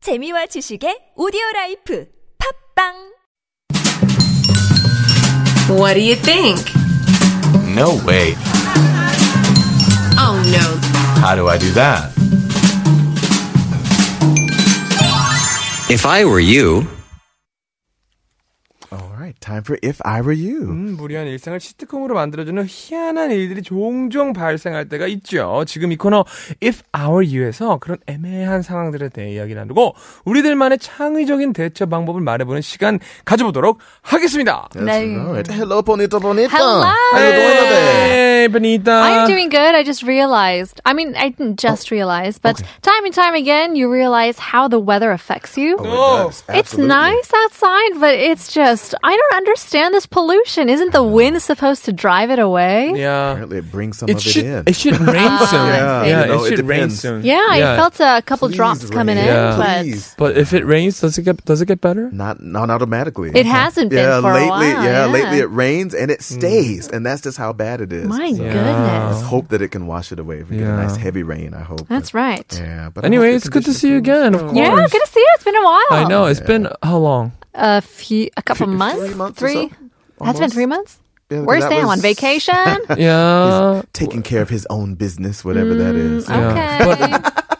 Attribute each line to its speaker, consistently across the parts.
Speaker 1: 재미와 지식의 오디오 라이프 팝빵
Speaker 2: What do you think?
Speaker 3: No way.
Speaker 2: Oh no.
Speaker 3: How do I do that?
Speaker 4: If I were you,
Speaker 5: All right, time for If I Were You.
Speaker 6: 음, 무리한 일상을 시트콤으로 만들어주는 희한한 일들이 종종 발생할 때가 있죠. 지금 이 코너 If I Were You에서 그런 애매한 상황들에 대해 이야기 나누고 우리들만의 창의적인 대처 방법을 말해보는 시간 가져보도록 하겠습니다.
Speaker 7: 네.
Speaker 5: That's
Speaker 7: No.
Speaker 5: right. Hello, Bonito Bonita.
Speaker 7: Hello.
Speaker 5: How you
Speaker 6: 네.
Speaker 5: doing today? Uh,
Speaker 6: Hey, Benita.
Speaker 7: I'm doing good. I just realized. I mean, I didn't just
Speaker 5: Oh.
Speaker 7: realize, but time and time again, you realize how the weather affects you.
Speaker 6: Oh.
Speaker 7: It's nice outside, but it's just, I don't understand this pollution. Isn't the wind supposed to drive it away?
Speaker 6: Yeah.
Speaker 5: Apparently, it brings some
Speaker 6: It
Speaker 5: of
Speaker 6: should,
Speaker 5: it in.
Speaker 6: it should rain soon.
Speaker 5: Yeah,
Speaker 6: yeah,
Speaker 5: you know,
Speaker 6: it
Speaker 5: it
Speaker 6: should rain
Speaker 5: depends.
Speaker 6: soon.
Speaker 7: Yeah, I felt a couple drops coming in,
Speaker 6: Yeah.
Speaker 7: but
Speaker 5: Please.
Speaker 6: But if it rains, does it get does it get better?
Speaker 5: Not, not automatically.
Speaker 7: It hasn't been
Speaker 5: yeah,
Speaker 7: for a
Speaker 5: lately,
Speaker 7: while, yeah.
Speaker 5: Yeah, lately it rains and it
Speaker 6: Mm.
Speaker 5: stays, and that's just how bad it is.
Speaker 7: my
Speaker 5: So,
Speaker 7: goodness.
Speaker 5: Let's hope that it can wash it away. If we get
Speaker 6: Yeah.
Speaker 5: a nice heavy rain, I hope.
Speaker 7: That's right. Yeah.
Speaker 5: Yeah, but I hope
Speaker 6: Anyway,
Speaker 5: the
Speaker 6: it's good to
Speaker 5: conditions
Speaker 6: see you
Speaker 5: improve.
Speaker 6: again. Of course.
Speaker 7: good to see you. It's been a while.
Speaker 6: I know. It's been how long?
Speaker 7: A few, a couple months?
Speaker 5: Three months or
Speaker 7: Three?
Speaker 5: so.
Speaker 7: Has it been
Speaker 5: Almost.
Speaker 7: three months?
Speaker 5: Yeah,
Speaker 7: Where's
Speaker 5: that
Speaker 7: Sam? On
Speaker 5: was-
Speaker 7: vacation?
Speaker 6: Yeah.
Speaker 5: Taking care of his own business, whatever that is.
Speaker 6: Uh, Yeah.
Speaker 7: Mm, okay.
Speaker 6: But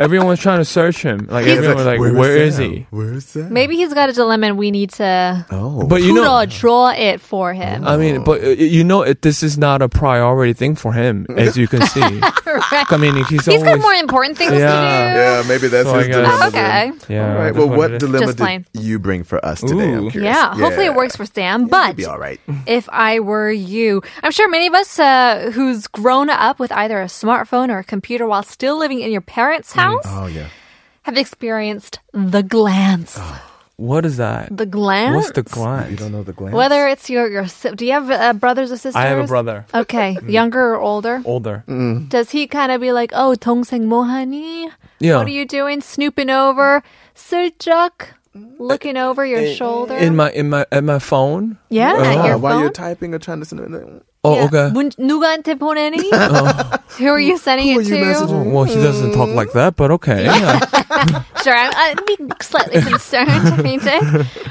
Speaker 6: everyone was trying to search him. Like
Speaker 5: He's
Speaker 6: everyone was like, where is
Speaker 5: Sam?
Speaker 6: he?
Speaker 5: Where's Sam?
Speaker 7: Maybe he's got a dilemma and we need to
Speaker 5: Oh,
Speaker 6: But you know,
Speaker 7: draw, draw it for him.
Speaker 6: I mean, but uh, you know, it, this is not a priority thing for him, as you can see.
Speaker 7: Right.
Speaker 6: I mean, he's
Speaker 7: He's got
Speaker 6: always
Speaker 7: more important things
Speaker 6: Yeah.
Speaker 7: to
Speaker 5: yeah, maybe that's
Speaker 6: So I
Speaker 5: his
Speaker 6: guess-
Speaker 5: dilemma.
Speaker 7: do. Okay.
Speaker 6: yeah. I
Speaker 5: All right.
Speaker 6: just
Speaker 5: Well, what
Speaker 6: wanted to-
Speaker 5: dilemma
Speaker 7: Just
Speaker 5: did
Speaker 7: fine.
Speaker 5: you bring for us today? I'm
Speaker 6: Ooh.
Speaker 5: curious.
Speaker 7: Yeah, hopefully it
Speaker 5: Yeah.
Speaker 7: works for Sam.
Speaker 5: It'll
Speaker 7: But
Speaker 5: be all right.
Speaker 7: if I were you, I'm sure many of us uh, who's grown up with either a smartphone or a computer while still living in your parents'
Speaker 6: Mm.
Speaker 7: house
Speaker 6: Uh-huh.
Speaker 5: Oh yeah.
Speaker 7: have experienced the glance.
Speaker 6: What is that?
Speaker 7: The glance?
Speaker 6: Uh-huh. What's the
Speaker 5: You
Speaker 6: glance?
Speaker 5: don't know the glance.
Speaker 7: Whether it's your, your si- do you have uh, brothers or sisters?
Speaker 6: I have a brother, Mm.
Speaker 7: Okay, younger or older?
Speaker 6: older.
Speaker 5: Mm.
Speaker 7: Does he kind of be like, oh, 동생 뭐하니?
Speaker 6: Yeah.
Speaker 7: What are you doing? Snooping over, 슬쩍 looking over your
Speaker 5: Eh,
Speaker 7: shoulder.
Speaker 6: In my in my at my phone.
Speaker 7: yeah,
Speaker 5: Ah,
Speaker 7: at your
Speaker 5: while
Speaker 7: phone.
Speaker 5: you're typing or trying to send.
Speaker 6: Uh-huh. Oh,
Speaker 7: Yeah.
Speaker 6: okay. Uh-huh.
Speaker 7: 문, 누구한테 보내니? Who are you sending
Speaker 5: Who
Speaker 7: it
Speaker 5: are you
Speaker 7: to?
Speaker 6: Oh, well, he doesn't talk like that, but okay. Yeah.
Speaker 7: Sure, I'm, I'd be slightly concerned. I mean, Jake.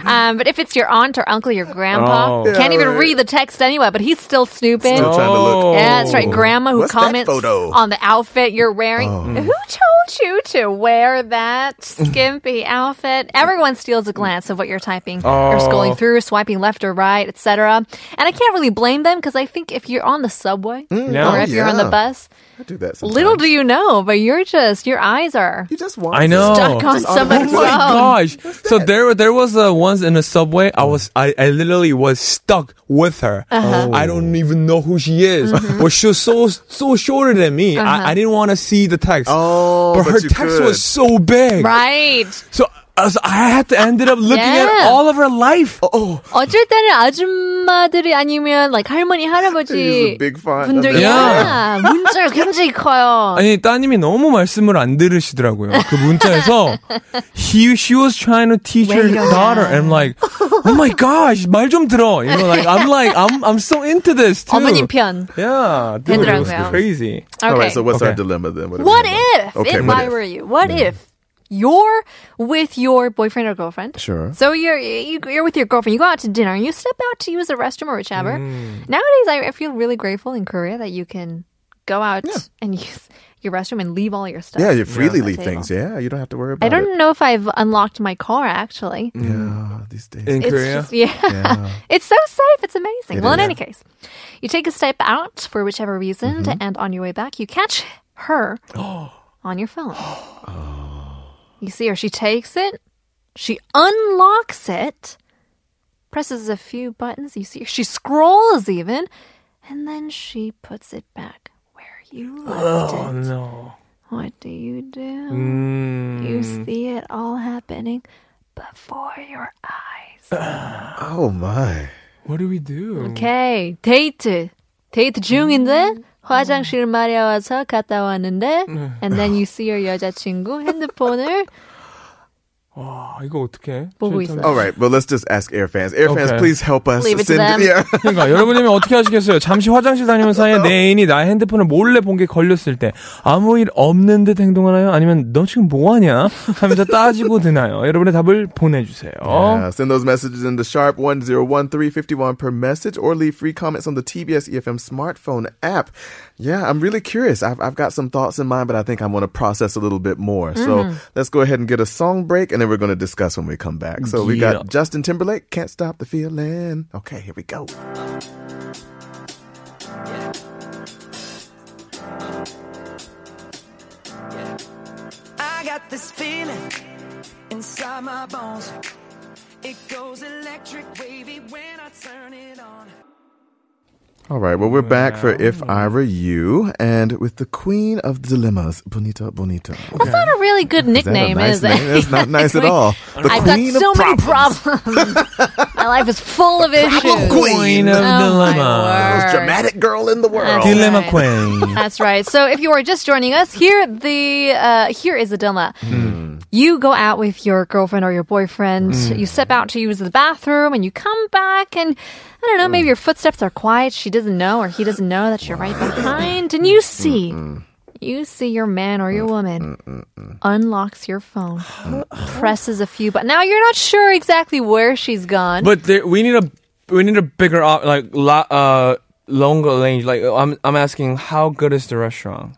Speaker 7: um, but if it's your aunt or uncle, your grandpa,
Speaker 6: Oh.
Speaker 7: can't even
Speaker 5: right.
Speaker 7: read the text anyway, but he's still snooping.
Speaker 5: Still trying to look.
Speaker 7: Yeah, that's right.
Speaker 5: Oh.
Speaker 7: Grandma who
Speaker 5: What's that
Speaker 7: comments
Speaker 5: photo?
Speaker 7: on the outfit you're wearing.
Speaker 5: Oh.
Speaker 7: Who told you to wear that skimpy outfit? Everyone steals a glance of what you're typing.
Speaker 5: Oh.
Speaker 7: You're scrolling through, swiping left or right, etc. And I can't really blame them because I think if you're on the subway
Speaker 6: Yeah.
Speaker 7: or if you're on the
Speaker 5: Mm, oh, yeah.
Speaker 7: bus,
Speaker 5: I do that. Sometimes.
Speaker 7: little do you know, but you're just your eyes are
Speaker 5: You just want.
Speaker 6: I
Speaker 5: it.
Speaker 6: know.
Speaker 7: stuck on someone's
Speaker 6: Oh my
Speaker 7: phone.
Speaker 6: gosh! So there, there was uh, once in a subway. I was, I, I literally was stuck with her.
Speaker 7: Uh-huh. Oh.
Speaker 6: I don't even know who she is,
Speaker 7: Mm-hmm.
Speaker 6: but she was so so shorter than me.
Speaker 7: Uh-huh.
Speaker 6: I, I didn't want to see the text.
Speaker 5: Oh,
Speaker 6: but,
Speaker 5: but
Speaker 6: her
Speaker 5: you
Speaker 6: text
Speaker 5: could.
Speaker 6: was so big.
Speaker 7: Right.
Speaker 6: So, uh, so I had to ended up looking
Speaker 7: Yeah.
Speaker 6: at all of her life.
Speaker 5: Oh,
Speaker 7: 어쩔 때는 아줌마들이 아니면 like 할머니
Speaker 5: Use
Speaker 7: 할아버지
Speaker 5: the big font.
Speaker 7: 분들
Speaker 5: under-
Speaker 7: yeah. 문자가 굉장히 커요.
Speaker 6: 아니 따님이 너무 말씀을 안 들으시더라고요. 그 문자에서 he she was trying to teach her daughter and like oh my gosh 말 좀 들어. You know like I'm like I'm I'm so into this too.
Speaker 7: 어머님 편.
Speaker 6: Yeah, dude, it was
Speaker 7: 되더라고요.
Speaker 6: crazy.
Speaker 7: Okay.
Speaker 5: All right. So what's
Speaker 6: Okay.
Speaker 5: our dilemma then? What, are we
Speaker 7: what
Speaker 5: doing?
Speaker 7: if?
Speaker 5: Okay,
Speaker 7: if
Speaker 5: what
Speaker 7: I
Speaker 5: if? Mm-hmm.
Speaker 7: were you, what if you're with your boyfriend or girlfriend?
Speaker 5: Sure.
Speaker 7: So you're you, you're with your girlfriend. You go out to dinner. and You step out to use the restroom or whichever.
Speaker 5: Mm.
Speaker 7: Nowadays, I, I feel really grateful in Korea that you can go out and use your restroom and leave all your stuff.
Speaker 5: Yeah, you freely
Speaker 7: on the
Speaker 5: leave
Speaker 7: table.
Speaker 5: things. Yeah, you don't have to worry about
Speaker 7: I
Speaker 5: it.
Speaker 7: don't know if I've unlocked my car actually.
Speaker 5: Yeah, these days.
Speaker 6: In
Speaker 7: It's
Speaker 6: Korea,
Speaker 7: just, yeah. it's so safe. It's amazing. well, in any case, you take a step out for whichever reason,
Speaker 6: Mm-hmm.
Speaker 7: and on your way back, you catch her on your phone. You see her. She takes it. She unlocks it. Presses a few buttons. You see her. She scrolls even, and then she puts it back where you left it.
Speaker 6: Oh, no.
Speaker 7: What do you do?
Speaker 6: Mm.
Speaker 7: You see it all happening before your eyes.
Speaker 5: Oh my.
Speaker 6: What do we do?
Speaker 7: 오케이 데이트 데이트 중인데 화장실 마려워서 갔다 왔는데 and then you see your 여자친구 핸드폰을
Speaker 6: 와, 아, 이거 어떻게?
Speaker 7: 보고 있어요.
Speaker 5: All right, well, let's just ask air fans. Air fans,
Speaker 6: Okay.
Speaker 5: please help us.
Speaker 7: Leave it to them.
Speaker 5: Yeah.
Speaker 6: 그러니까 여러분이면 어떻게 하시겠어요? 잠시 화장실 다니는 사이에 내 애인이 나의 핸드폰을 몰래 본 게 걸렸을 때 아무 일 없는 듯 행동하나요? 아니면 너 지금 뭐 하냐? 하면서 따지고 드나요? 여러분의 답을 보내주세요.
Speaker 5: Yeah, send those messages in the sharp 101351 per message or leave free comments on the TBS EFM E smartphone app. Yeah, I'm really curious. I've, I've got some thoughts in mind, but I think I want to process a little bit more. So let's go ahead and get a song break and then we're going to discuss when we come back. So we
Speaker 6: Yeah.
Speaker 5: got Justin Timberlake, Can't Stop the Feeling. Okay, here we go.
Speaker 8: I got this feeling inside my bones. It goes electric wavy when I turn it on.
Speaker 5: All right, well, we're back for If I Were You and with the Queen of Dilemmas, Bonita Bonita.
Speaker 7: That's not a really good
Speaker 5: Is that a
Speaker 7: nickname,
Speaker 5: nice
Speaker 7: is
Speaker 5: name?
Speaker 7: it?
Speaker 5: That's not nice at all. The
Speaker 7: I've got
Speaker 5: Queen of
Speaker 7: so many problems. My life is full of issues. Oh
Speaker 5: Queen
Speaker 6: of
Speaker 7: my
Speaker 6: dilemma.
Speaker 7: word.
Speaker 5: most dramatic girl in the world.
Speaker 7: Dile-
Speaker 6: 딜레마
Speaker 7: Right.
Speaker 6: 퀸.
Speaker 7: That's right. So if you are just joining us, here the uh, here is a dilemma.
Speaker 6: Hmm.
Speaker 7: You go out with your girlfriend or your boyfriend. You step out to use the bathroom, and you come back, and I don't know, maybe your footsteps are quiet. She doesn't know, or he doesn't know that you're right behind, and you see. You see your man or your woman unlocks your phone, presses a few buttons. Now you're not sure exactly where she's gone.
Speaker 6: But there, we need a we need a bigger op- like la, uh longer range. Like uh, I'm I'm asking how good is the restaurant?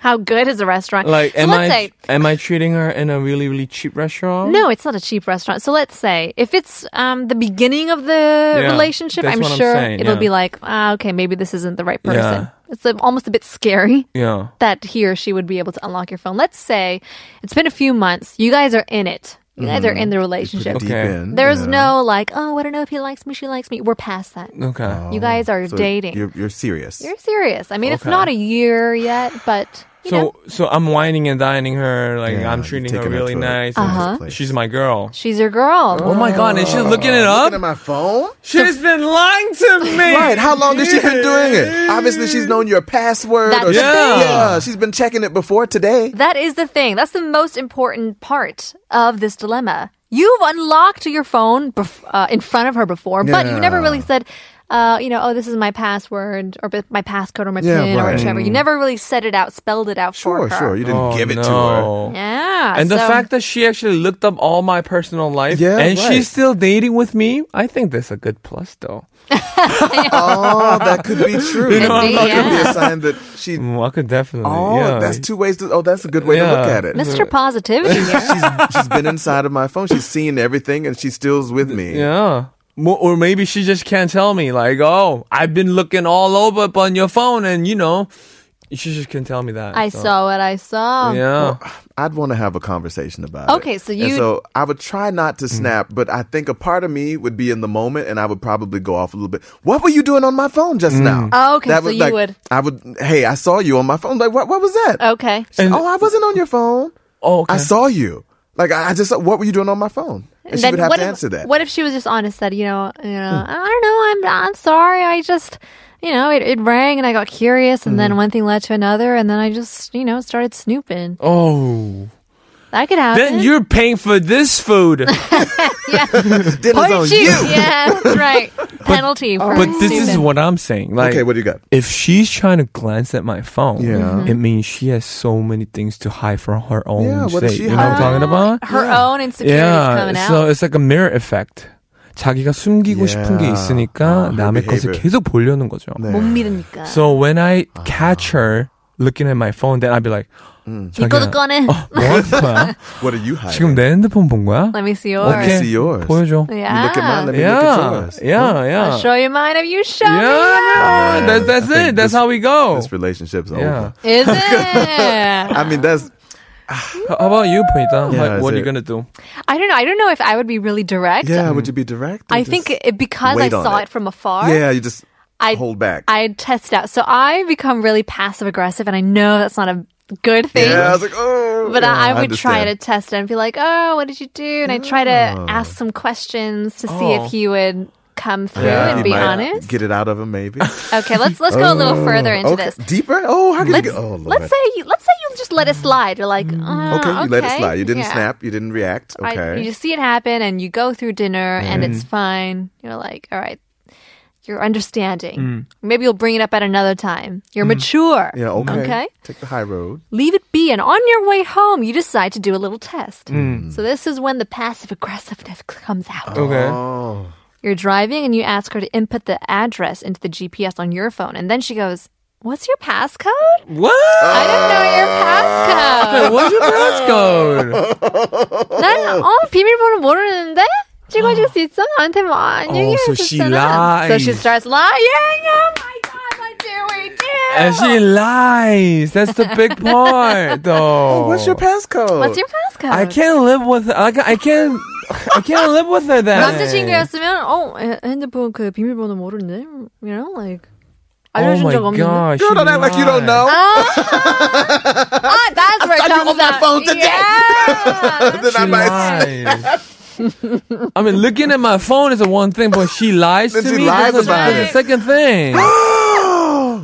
Speaker 7: How good is the restaurant?
Speaker 6: Like
Speaker 7: so
Speaker 6: am
Speaker 7: let's
Speaker 6: I
Speaker 7: say
Speaker 6: am I treating her in a really really cheap restaurant?
Speaker 7: No, it's not a cheap restaurant. So let's say if it's um, the beginning of the
Speaker 6: Yeah,
Speaker 7: relationship,
Speaker 6: that's
Speaker 7: I'm
Speaker 6: what I'm
Speaker 7: sure
Speaker 6: saying,
Speaker 7: it'll
Speaker 6: yeah.
Speaker 7: be like, ah, okay, maybe this isn't the right person.
Speaker 6: Yeah.
Speaker 7: It's uh, almost a bit scary
Speaker 6: Yeah.
Speaker 7: that he or she would be able to unlock your phone. Let's say it's been a few months. You guys are in it. You guys are in the relationship.
Speaker 5: Deep
Speaker 6: Mm-hmm. Okay.
Speaker 5: in,
Speaker 7: There's
Speaker 5: yeah.
Speaker 7: no like, oh, I don't know if he likes me, she likes me. We're past that.
Speaker 6: Okay.
Speaker 7: you guys are
Speaker 5: So
Speaker 7: dating. You're,
Speaker 5: You're, you're serious.
Speaker 7: serious. I mean, it's
Speaker 6: Okay.
Speaker 7: not a year yet, but you
Speaker 6: so
Speaker 7: know,
Speaker 6: so I'm whining and dining her. Like
Speaker 5: Yeah,
Speaker 6: I'm
Speaker 5: you're
Speaker 6: treating her
Speaker 5: taking her
Speaker 6: really
Speaker 5: to a-
Speaker 6: nice.
Speaker 5: to a
Speaker 6: and
Speaker 7: Uh-huh.
Speaker 5: nice place.
Speaker 6: She's my girl.
Speaker 7: she's your girl.
Speaker 6: Oh my god! And she's looking it up.
Speaker 5: Looking at my phone?
Speaker 6: She's been lying to me.
Speaker 5: Right. How long has she been doing it? Obviously, she's known your password.
Speaker 7: That's
Speaker 5: or
Speaker 7: the
Speaker 5: she-
Speaker 6: thing.
Speaker 5: yeah, she's been checking it before today.
Speaker 7: That is the thing. That's the most important part of this dilemma. You've unlocked your phone bef- uh, in front of her before, but you never really said, uh, you know, oh, this is my password or b- my passcode or my
Speaker 5: Yeah,
Speaker 7: pin or
Speaker 5: right.
Speaker 7: whichever. You never really said it out, spelled it out for
Speaker 5: Sure,
Speaker 7: her.
Speaker 5: sure. You didn't
Speaker 6: Oh,
Speaker 5: give it to her.
Speaker 6: no.
Speaker 7: Yeah.
Speaker 6: And the
Speaker 7: so-
Speaker 6: fact that she actually looked up all my personal life
Speaker 5: Yeah,
Speaker 6: and
Speaker 5: right.
Speaker 6: she's still dating with me, I think that's a good plus though.
Speaker 5: Oh, that could be true.
Speaker 7: know,
Speaker 5: that
Speaker 7: I'm not-
Speaker 5: could be a sign that she.
Speaker 6: Mm, I could definitely.
Speaker 5: Oh,
Speaker 6: yeah.
Speaker 5: that's two ways to. Oh, that's a good way to look
Speaker 6: Yeah.
Speaker 5: at it.
Speaker 7: Mr. Positivity here.
Speaker 5: She's, she's been inside of my phone. She's seen everything, and she still's with me.
Speaker 6: Yeah. Mo- Or maybe she just can't tell me, like, oh, I've been looking all over up on your phone, and you know, she just can't tell me that.
Speaker 7: I
Speaker 6: so.
Speaker 7: saw what I saw.
Speaker 6: Yeah.
Speaker 5: I'd want to have a conversation about it.
Speaker 7: Okay, so
Speaker 5: And
Speaker 7: you-
Speaker 5: so I would try not
Speaker 6: Mm.
Speaker 5: to snap, but I think a part of me would be in the moment, and I would probably go off a little bit. What were you doing on my phone just
Speaker 6: Mm.
Speaker 5: now?
Speaker 7: Oh, okay, so
Speaker 5: was
Speaker 7: you
Speaker 5: like-
Speaker 7: would-
Speaker 5: I would. Hey, I saw you on my phone. Like, what? What was that?
Speaker 7: Okay.
Speaker 5: She
Speaker 6: And-
Speaker 5: said, oh, I wasn't on your phone.
Speaker 6: Oh, okay.
Speaker 5: I saw you. Like, I, I just. What were you doing on my phone? And, she would have
Speaker 7: what
Speaker 5: to
Speaker 7: if,
Speaker 5: answer that. Hmm.
Speaker 7: What if she was just honest that you know, you know, I don't know, I'm I'm sorry, I just you know, it, it rang and I got curious, and
Speaker 5: Hmm.
Speaker 7: then one thing led to another, and then I just you know started snooping.
Speaker 6: Oh.
Speaker 7: That could happen.
Speaker 6: Then you're paying for this food.
Speaker 5: Dinner's
Speaker 7: Punish
Speaker 5: on
Speaker 7: you.
Speaker 5: you. oh.
Speaker 7: Yeah, that's right. Penalty. for
Speaker 6: but this is
Speaker 7: snooping.
Speaker 6: what I'm saying. Like,
Speaker 5: Okay, what do you got?
Speaker 6: If she's trying to glance at my phone,
Speaker 5: Yeah.
Speaker 7: Mm-hmm.
Speaker 5: Mhm.
Speaker 6: it means she has so many things to hide from her own
Speaker 5: Yeah, what
Speaker 6: sake.
Speaker 5: is she
Speaker 6: you know what I'm talking
Speaker 5: hiding?
Speaker 6: about?
Speaker 7: her own insecurities coming out.
Speaker 6: so it's like a mirror effect. 자기가 숨기고 싶은 게
Speaker 5: Yeah.
Speaker 6: 있으니까
Speaker 5: Uh, her
Speaker 6: 남의 것을
Speaker 5: behavior.
Speaker 6: 계속 보려는 거죠.
Speaker 5: 네.
Speaker 7: 못 믿으니까.
Speaker 6: So when I catch her looking at my phone, then I'd be like,
Speaker 7: 이거도 꺼내.
Speaker 6: 어, 뭐하는 거야?
Speaker 5: What are you hiding?
Speaker 6: 지금 내 핸드폰 본 거야?
Speaker 7: Let me see
Speaker 5: Let me
Speaker 7: yours.
Speaker 5: see yours.
Speaker 6: 보여줘.
Speaker 7: Yeah.
Speaker 5: You look at mine. Let me look at
Speaker 6: Ah. Yeah,
Speaker 5: yours.
Speaker 6: yeah, yeah.
Speaker 7: I'll show you mine if you show
Speaker 6: Yeah,
Speaker 7: me. yours.
Speaker 6: man. That's, that's
Speaker 5: I think
Speaker 6: it. That's
Speaker 5: this-
Speaker 6: how we go.
Speaker 5: This relationship's
Speaker 6: Yeah.
Speaker 5: over.
Speaker 7: Is it?
Speaker 5: I mean, that's
Speaker 6: How about you, Punita?
Speaker 5: Yeah,
Speaker 6: like, what are you
Speaker 5: that's it.
Speaker 6: gonna do?
Speaker 7: I don't know. I don't know if I would be really direct.
Speaker 5: yeah.
Speaker 6: Mm.
Speaker 5: Would you be direct? or
Speaker 7: I
Speaker 5: just-
Speaker 7: think it, because I
Speaker 5: wait on
Speaker 7: saw it.
Speaker 5: it.
Speaker 7: from afar.
Speaker 5: Yeah, you just
Speaker 7: I
Speaker 5: hold back.
Speaker 7: I test it out. So I become really passive aggressive, and I know that's not a good thing.
Speaker 5: yeah, I was like, oh.
Speaker 7: But
Speaker 5: yeah,
Speaker 7: I, I would try to
Speaker 5: understand. Oh.
Speaker 7: test it and be like, "Oh, what did you do?" And I try to ask some questions to see if he would come through
Speaker 5: Yeah,
Speaker 7: and
Speaker 5: you
Speaker 7: be
Speaker 5: might
Speaker 7: honest.
Speaker 5: Get it out of him, maybe.
Speaker 7: Okay, let's let's go a little further into
Speaker 5: okay.
Speaker 7: this.
Speaker 5: Deeper? Oh, how can
Speaker 7: Let's,
Speaker 5: you get? Oh, Lord.
Speaker 7: let's say you let's say you just let it slide. You're like, uh,
Speaker 5: Okay, you let it
Speaker 7: okay,
Speaker 5: slide. You didn't
Speaker 7: yeah.
Speaker 5: snap. You didn't react.
Speaker 7: I-
Speaker 5: Okay. Mm.
Speaker 7: you just see it happen, and you go through dinner, and it's fine. You're like, all right, you're understanding. Maybe you'll bring it up at another time. You're mature.
Speaker 5: Mm. yeah. Okay.
Speaker 7: Okay.
Speaker 5: Take the high road.
Speaker 7: Leave it be, and on your way home, you decide to do a little test.
Speaker 5: Mm.
Speaker 7: So this is when the passive aggressiveness comes out.
Speaker 6: Okay.
Speaker 5: Oh.
Speaker 7: You're driving and you ask her to input the address into the GPS on your phone. And then she goes, What's your passcode?
Speaker 6: What?
Speaker 7: I didn't know your passcode.
Speaker 6: What's your passcode?
Speaker 7: 난, 어, 비밀번호 모르는데? 찍어줄 수 있어? 나한테 뭐, 안
Speaker 6: Oh,
Speaker 7: 얘기해
Speaker 6: so she
Speaker 7: 줬잖아. So she
Speaker 6: lies.
Speaker 7: starts lying. Oh my God, what do we do?
Speaker 6: And she lies. That's the big part, though.
Speaker 5: What's your passcode?
Speaker 7: What's your passcode?
Speaker 6: I can't live with. I ca- I can't. I can't live with her then.
Speaker 7: 남자친구였으면, 어, 에- 핸드폰 그 비밀번호 모르는데? You know, like.
Speaker 6: Oh
Speaker 7: 알려준
Speaker 6: my
Speaker 7: 적 없는데?
Speaker 6: gosh.
Speaker 5: Girl,
Speaker 6: she
Speaker 5: don't act like you
Speaker 6: lied.
Speaker 5: don't know.
Speaker 7: Ah, that's where it
Speaker 5: saw you
Speaker 7: comes
Speaker 5: on my
Speaker 7: out.
Speaker 5: phone today.
Speaker 7: Yeah.
Speaker 5: Then I
Speaker 6: She
Speaker 5: might-
Speaker 6: lies. I mean, looking at my phone is the one thing, but she lies to
Speaker 5: Then she
Speaker 6: me.
Speaker 5: lies
Speaker 6: that's
Speaker 5: about
Speaker 6: the
Speaker 5: it.
Speaker 6: second thing.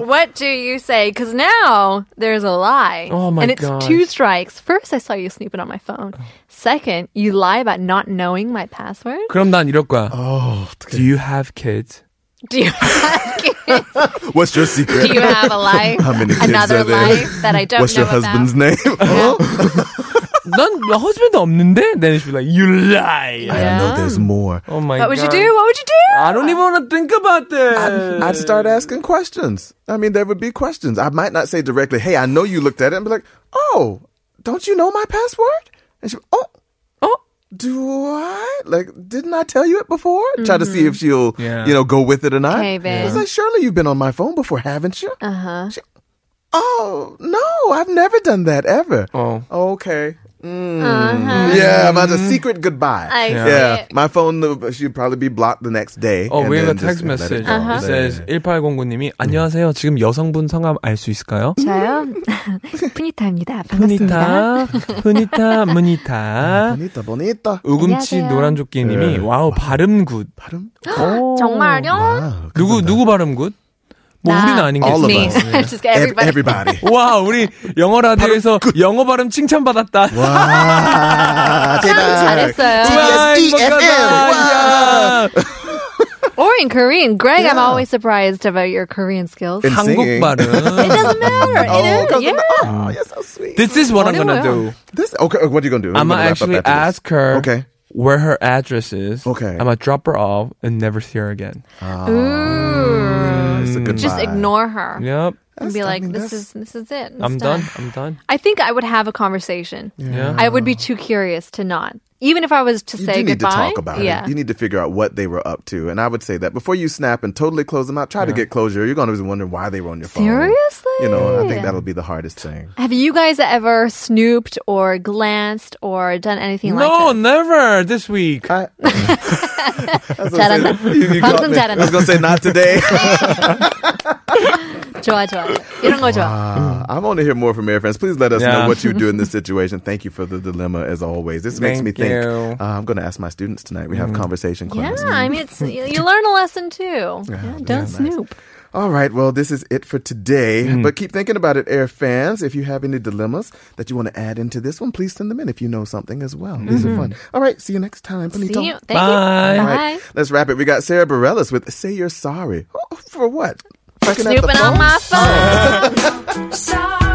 Speaker 7: What do you say? Because now there's a lie.
Speaker 6: Oh my
Speaker 7: And it's
Speaker 6: gosh.
Speaker 7: two strikes. First, I saw you snooping on my phone. Second, you lie about not knowing my password.
Speaker 6: 그럼 난 이럴 거야.
Speaker 5: Oh,
Speaker 6: Do you have kids?
Speaker 7: Do you have, kids?
Speaker 5: What's your secret?
Speaker 7: do you have a life?
Speaker 5: How many kids
Speaker 7: Another
Speaker 5: are there?
Speaker 7: life that I don't
Speaker 5: What's
Speaker 7: know
Speaker 5: your husband's name? Oh,
Speaker 7: about.
Speaker 6: 난 husband 없는데. Then she'd be like, you lie.
Speaker 5: I don't know. There's more.
Speaker 6: Oh my
Speaker 7: What would you
Speaker 6: God.
Speaker 7: do? 아, What would you do?
Speaker 6: I don't even want to think about this.
Speaker 5: I'd start
Speaker 6: Oh.
Speaker 5: asking questions. I mean, there would be questions. I might not say directly, "Hey, I know you looked at it," and be like, "Oh, don't you know my password?" And she, "Oh,
Speaker 6: Oh.
Speaker 5: do I? Like, didn't I tell you it before?" Try to see if she'll,
Speaker 6: Mm-hmm. Yeah.
Speaker 5: you know, go with it or not.
Speaker 7: Okay, babe.
Speaker 5: It's like, surely you've been on my phone before, haven't you? Uh huh. Oh no, I've never done that ever.
Speaker 6: Oh.
Speaker 5: Okay. Mm. Yeah, about a secret goodbye.
Speaker 7: Uh-huh. I see
Speaker 5: yeah,
Speaker 7: it.
Speaker 5: my phone uh, she'd probably be blocked the next day.
Speaker 6: Oh,
Speaker 5: and
Speaker 6: we have a
Speaker 5: then just
Speaker 6: text
Speaker 5: let it
Speaker 6: message. 음.
Speaker 5: go.
Speaker 7: Uh-huh.
Speaker 6: It says
Speaker 5: 네.
Speaker 6: 1809님이 안녕하세요. 지금 여성분 성함 알 수 있을까요?
Speaker 7: 저요? 푸니타입니다. 반갑습니다.
Speaker 6: 푸니타, 푸니타, 무니타.
Speaker 5: Bonita, bonita.
Speaker 6: 우금치
Speaker 7: 안녕하세요.
Speaker 6: 노란조끼님이
Speaker 5: 네.
Speaker 6: 와우 발음 굿.
Speaker 5: 발음?
Speaker 6: 오.
Speaker 7: 정말요?
Speaker 5: 아,
Speaker 6: 누구 누구 발음 굿? 뭐
Speaker 7: 나.
Speaker 6: 우리는 아닌 게
Speaker 5: All of
Speaker 7: Me.
Speaker 5: us.
Speaker 7: Just
Speaker 5: Ev-
Speaker 7: everybody.
Speaker 5: everybody.
Speaker 6: 와 우리 영어 라디오에서 영어 발음 칭찬 받았다.
Speaker 5: 와, 대박.
Speaker 7: 잘했어요. Or in Korean. Greg, I'm always surprised about your Korean skills.
Speaker 5: In
Speaker 6: 한국
Speaker 5: singing.
Speaker 7: It
Speaker 6: 발음.
Speaker 7: doesn't matter.
Speaker 5: Oh,
Speaker 7: It is,
Speaker 5: 'cause of-
Speaker 7: yeah.
Speaker 5: oh, you're so sweet.
Speaker 6: This is what I'm gonna do.
Speaker 5: This, okay, what are you going to do?
Speaker 6: I'm
Speaker 5: We're
Speaker 6: gonna actually
Speaker 5: wrap up after this.
Speaker 6: ask her
Speaker 5: Okay.
Speaker 6: where her address is.
Speaker 5: Okay.
Speaker 6: I'm gonna drop her off and never see her again.
Speaker 7: Ooh.
Speaker 5: It's a goodbye.
Speaker 7: Just ignore her
Speaker 6: Yep.
Speaker 7: and be
Speaker 5: I
Speaker 7: like,
Speaker 5: mean,
Speaker 7: "This
Speaker 5: that's-
Speaker 7: is this is it. It's
Speaker 6: I'm done. I'm done.
Speaker 7: I think I would have a conversation.
Speaker 6: Yeah.
Speaker 7: I would be too curious to not, even if I was to
Speaker 5: You
Speaker 7: say
Speaker 5: do need
Speaker 7: goodbye.
Speaker 5: to talk about
Speaker 7: yeah.
Speaker 5: it. You need to figure out what they were up to. And I would say that before you snap and totally close them out, try to get closure. You're going to be wondering why they were on your phone.
Speaker 7: Seriously?
Speaker 5: You know, I think that'll be the hardest thing.
Speaker 7: Have you guys ever snooped or glanced or done anything
Speaker 6: No,
Speaker 7: like
Speaker 6: never this week.
Speaker 5: I,
Speaker 7: that? 잘한다. 방송
Speaker 5: I was
Speaker 7: 잘한다.
Speaker 5: going to say not today.
Speaker 7: 좋아, 좋아. 이런 거 좋아.
Speaker 5: Uh, I want to hear more from air friends. Please let us know
Speaker 6: Yeah.
Speaker 5: what you do in this situation. Thank you for the dilemma, as always. This makes me
Speaker 6: Thank
Speaker 5: think.
Speaker 6: you. Mm.
Speaker 5: Uh, I'm going to ask my students tonight. We have conversation
Speaker 7: Yeah,
Speaker 5: class.
Speaker 7: I mean, it's, you you learn a lesson too. Yeah, don't snoop.
Speaker 5: All right. Well, this is it for today.
Speaker 6: Mm.
Speaker 5: But keep thinking about it, air fans. If you have any dilemmas that you want to add into this one, please send them in if you know something as well. These are fun. All right. See you next time. Bonito.
Speaker 7: Mm-hmm. See you. Thank
Speaker 6: Bye.
Speaker 7: you.
Speaker 5: All
Speaker 7: Bye.
Speaker 5: right, let's wrap it. We got Sarah Bareilles with "Say You're Sorry." Oh, for what?
Speaker 7: For
Speaker 5: Looking at the
Speaker 7: snooping on
Speaker 5: phone?
Speaker 7: my phone.
Speaker 2: Sorry.